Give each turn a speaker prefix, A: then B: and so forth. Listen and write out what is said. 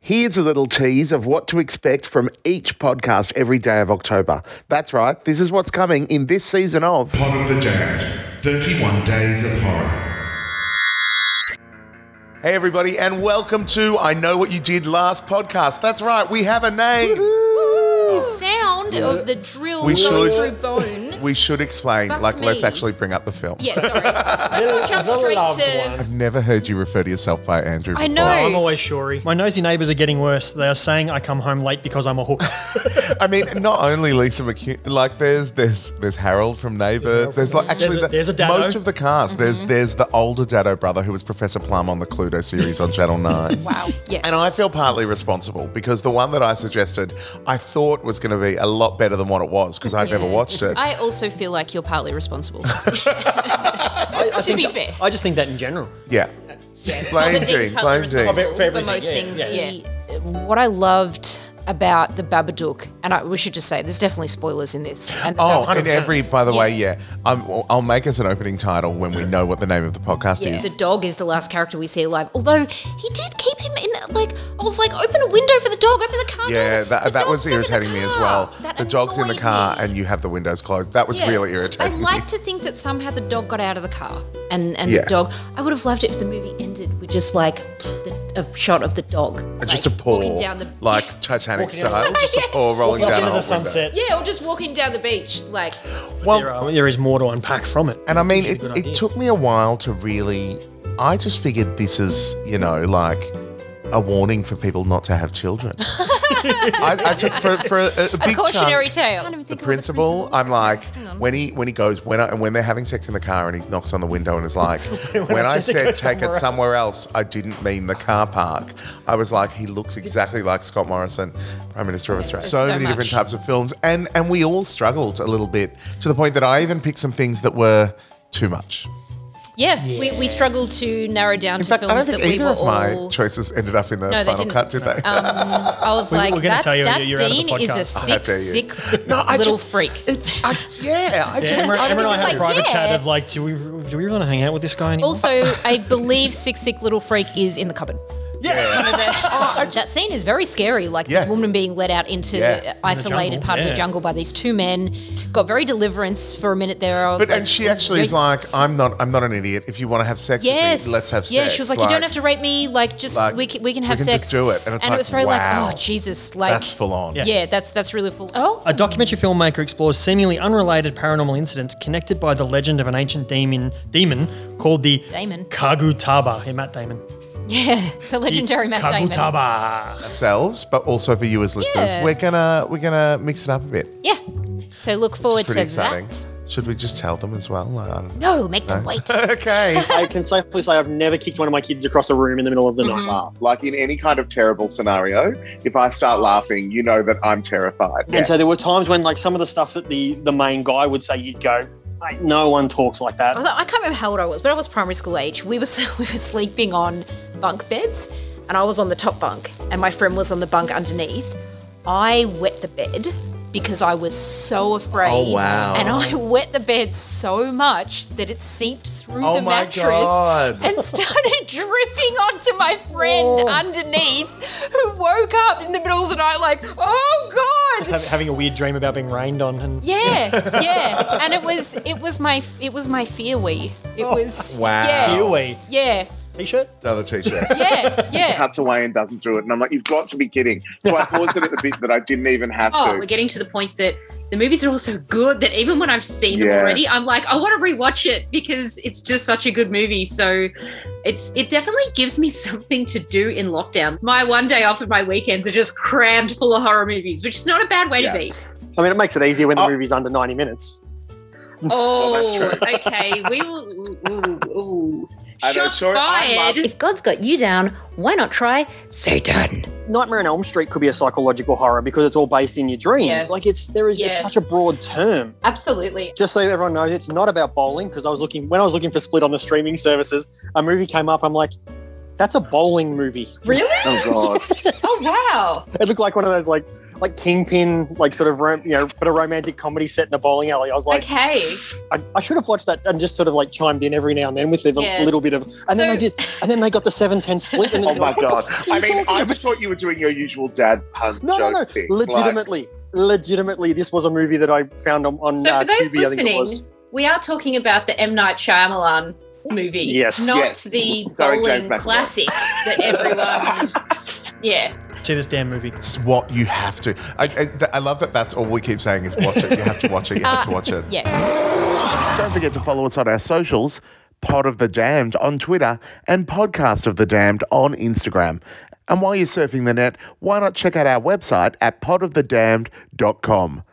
A: Here's a little tease of what to expect from each podcast every day of October. That's right, this is what's coming in this season of.
B: Pod of the Damned 31 Days of Horror.
C: Hey, everybody, and welcome to I Know What You Did Last podcast. That's right, we have a name.
D: sound of the drill
C: We
D: going
C: should-
D: through bone.
C: We should explain,
D: Fuck
C: like, let's
D: me.
C: actually bring up the film.
D: yeah, sorry.
E: The-
D: Jump
E: the
D: straight
E: loved
D: to-
E: one.
C: I've never heard you refer to yourself by Andrew.
D: I
C: before.
D: know.
F: I'm always Shory. My nosy neighbours are getting worse. They are saying I come home late because I'm a hooker.
C: I mean, not only Lisa McHugh, like there's there's there's Harold from Neighbour. There's like actually
F: There's a-
C: the-
F: there's a Dado.
C: most of the cast. There's
D: Mm-hmm.
C: there's the older Dado brother who was Professor Plum on the Cluedo series on Channel Nine. wow.
D: Yes.
C: And I feel partly responsible because the one that I suggested, I thought was going to be a lot better than what it was because I'd never
D: Yeah.
C: watched it.
D: I also feel like you're partly responsible.
F: I, I
D: To
F: think
D: be
F: that-
D: fair.
F: I just think that in general.
C: yeah. Blame
D: Not being
C: Jean.
D: partly
C: Blame
D: responsible
C: Jean.
F: Oh, fair- fair
D: for most
F: reason,
D: things,
F: yeah, yeah.
D: yeah. What I loved about the Babadook, and I, we should just say there's definitely spoilers in this. And
C: Oh,
D: that-
C: and every, by the
D: Yeah.
C: way, yeah, I'm, I'll- I'll make us an opening title when we know what the name of the podcast
D: Yeah,
C: is.
D: the dog is the last character we see alive. Although he did keep him in, like I was like, open a window for the dog, open the car. door,
C: Yeah,
D: the- the
C: that, that
D: dog's
C: was
D: stuck in the
C: irritating me as
D: car."
C: well.
D: That
C: the dog's in the
D: annoyed
C: car
D: me.
C: and you have the windows closed. That was
D: Yeah.
C: really irritating.
D: I like to think that somehow the dog got out of the car and, and
C: Yeah.
D: the dog. I would have loved it if the movie ended with just like the, a shot of the dog.
C: just a
D: like,
C: paw,
D: Walking down the
C: like Titanic
F: Walking down the-
C: style, just a
D: Yeah.
C: paw rolling
F: Walking
C: down
F: into
C: a
F: the
C: whole window.
F: sunset.
D: Yeah, or just walking down the beach. Like,
F: There, are, there is more to unpack from it.
C: And I mean,
F: Which
C: it,
F: is a good
C: it
F: idea.
C: took me a while to really. I just figured this is, you know, like a warning for people not to have children. I, I took for, for a, a big
D: cautionary
C: chunk,
D: tale.
C: The principal, I'm like, when he when he goes when I, and when they're having sex in the car and he knocks on the window and is like, when, I,
F: I said to
C: said
F: go
C: take it
F: somewhere
C: somewhere else, I didn't mean the car park. I was like, he looks exactly like Scott Morrison, Prime Minister of Australia.
D: there's
C: So,
D: so
C: many different
D: much.
C: types of films, and and we all struggled a little bit to the point that I even picked some things that were too much.
D: yeah, We, we struggled to narrow down
C: In
D: to
C: fact, I
D: films
C: don't think
D: that we
C: either
D: were
C: of my
D: all.
C: choices ended up in the
D: No, they
C: final
D: didn't.
C: cut, did they?
D: um, I was
F: We-
D: like,
F: we're gonna
D: that,
F: tell you
D: that
F: you're out of the
D: Dean is a
F: podcast.
C: How
D: sick,
C: dare you.
D: sick
C: No, I
D: little
C: just-
D: freak.
C: It's I, yeah. I
F: Yeah,
C: just
F: Emma,
C: I
F: Emma and I
C: just
F: had
D: like,
F: a private chat
D: yeah.
F: of like, do we do we want to hang out with this guy anymore?
D: Also, I believe Sick Sick Little Freak is in the cupboard. Yeah. that scene is very scary. Like
C: Yeah.
D: this woman being let out into
C: Yeah. In
D: the isolated
F: jungle,
D: part of
F: yeah.
D: the jungle by these two men. Got very deliverance for a minute there. I was
C: But
D: like,
C: and she actually is
D: yikes.
C: like, I'm not. I'm not an idiot. If you want to have sex
D: Yes.
C: with me, let's have sex.
D: Yeah, she was like, you don't have to rape me. Like, just
C: Like,
D: we, can, we can
C: we
D: have
C: can
D: sex.
C: just do it. And it's
D: it
C: like,
D: was very
C: wow.
D: like, oh Jesus, like
C: That's full on.
D: Yeah. that's that's really full. Oh,
F: a documentary filmmaker explores seemingly unrelated paranormal incidents connected by the legend of an ancient demon demon called the
D: Damon.
F: Kagutaba. Hey, Matt Damon.
D: yeah, the
F: The
D: legendary Matt Damon.
F: Kagutaba.
C: Ourselves, but also for you as listeners,
D: Yeah.
C: we're gonna we're gonna mix it up a bit.
D: Yeah. So look forward
C: It's
D: to
C: pretty exciting.
D: that.
C: Should we just tell them as well? Like, I don't know.
D: No, make them wait.
C: Okay.
G: I can safely say I've never kicked one of my kids across a room in the middle of the
D: Mm-hmm.
G: night laugh.
A: Uh, Like in any kind of terrible scenario, if I start laughing, you know that I'm terrified.
G: And so there were times when, like, some of the stuff that the the main guy would say, you'd go, "Mate, no one talks like
D: I,
G: that.
D: was, I can't remember how old I was, but I was primary school age. We were we were sleeping on bunk beds, and I was on the top bunk, and my friend was on the bunk underneath. I wet the bed because I was so afraid,
C: Oh, wow.
D: and I wet the bed so much that it seeped through
C: Oh
D: the
C: my
D: mattress
C: God.
D: and started dripping onto my friend
C: Oh.
D: underneath, who woke up in the middle of the night like, "Oh God!"
F: Just have- having a weird dream about being rained on and
D: Yeah, yeah, and it was it was my it was my fear wee. It
A: Oh,
D: was
C: Wow.
D: Yeah,
F: Kiwi
D: yeah,
F: t-shirt.
C: Another teacher.
D: yeah, yeah.
A: Cuts away and doesn't do it. And I'm like, you've got to be kidding. So I paused it at the bit that I didn't even have
H: oh, we're
A: to.
H: getting to the point that the movies are all so good that even when I've seen
A: Yeah.
H: them already, I'm like, I want to rewatch it because it's just such a good movie. So it's it definitely gives me something to do in lockdown. My one day off and my weekends are just crammed full of horror movies, which is not a bad way
A: Yeah.
H: to be.
G: I mean, it makes it easier when the
A: Oh.
G: movie's under 90 minutes.
H: Oh, okay. We will. Ooh, ooh.
A: And I
H: Shots
A: saw it- I
H: fired.
D: If God's got you down, why not try Satan?
G: Nightmare on Elm Street could be a psychological horror because it's all based in your dreams.
H: Yeah.
G: Like, it's there is
H: Yeah.
G: it's such a broad term.
H: Absolutely.
G: Just so everyone knows, it's not about bowling because I was looking when I was looking for Split on the streaming services, a movie came up. I'm like, That's a bowling movie.
D: Really?
I: Oh god.
D: Oh wow!
G: It looked like one of those like like kingpin like sort of rom- you know but a romantic comedy set in a bowling alley. I was like,
D: okay.
G: I, I should have watched that and just sort of like chimed in every now and then with a
D: Yes.
G: little bit of. And then
D: So-
G: they did, and then they got the seven ten split. And then
I: Oh my
G: what the
I: god.
G: fuck are
I: I
G: you
I: mean,
G: talking
I: I
G: about?
I: thought you were doing your usual dad pun.
G: no, no,
I: joke
G: no.
I: thing. Like,
G: Legitimately, legitimately, this was a movie that I found on, on
D: So
G: uh,
D: for those
G: Tubi, I think it
D: listening,
G: was.
D: we are talking about the M Night Shyamalan movie,
G: Yes.
D: not
I: Yes.
D: the
I: Sorry,
D: bowling
I: James McAvoy.
D: classic that everyone. yeah.
J: See this damn movie.
K: It's what you have to. I, I, th- I love that. That's all we keep saying is watch it. You have to watch it. You have to watch it.
L: Yeah.
C: Don't forget to follow us on our socials, Pod of the Damned on Twitter and Podcast of the Damned on Instagram. And while you're surfing the net, why not check out our website at podofthedamned.com.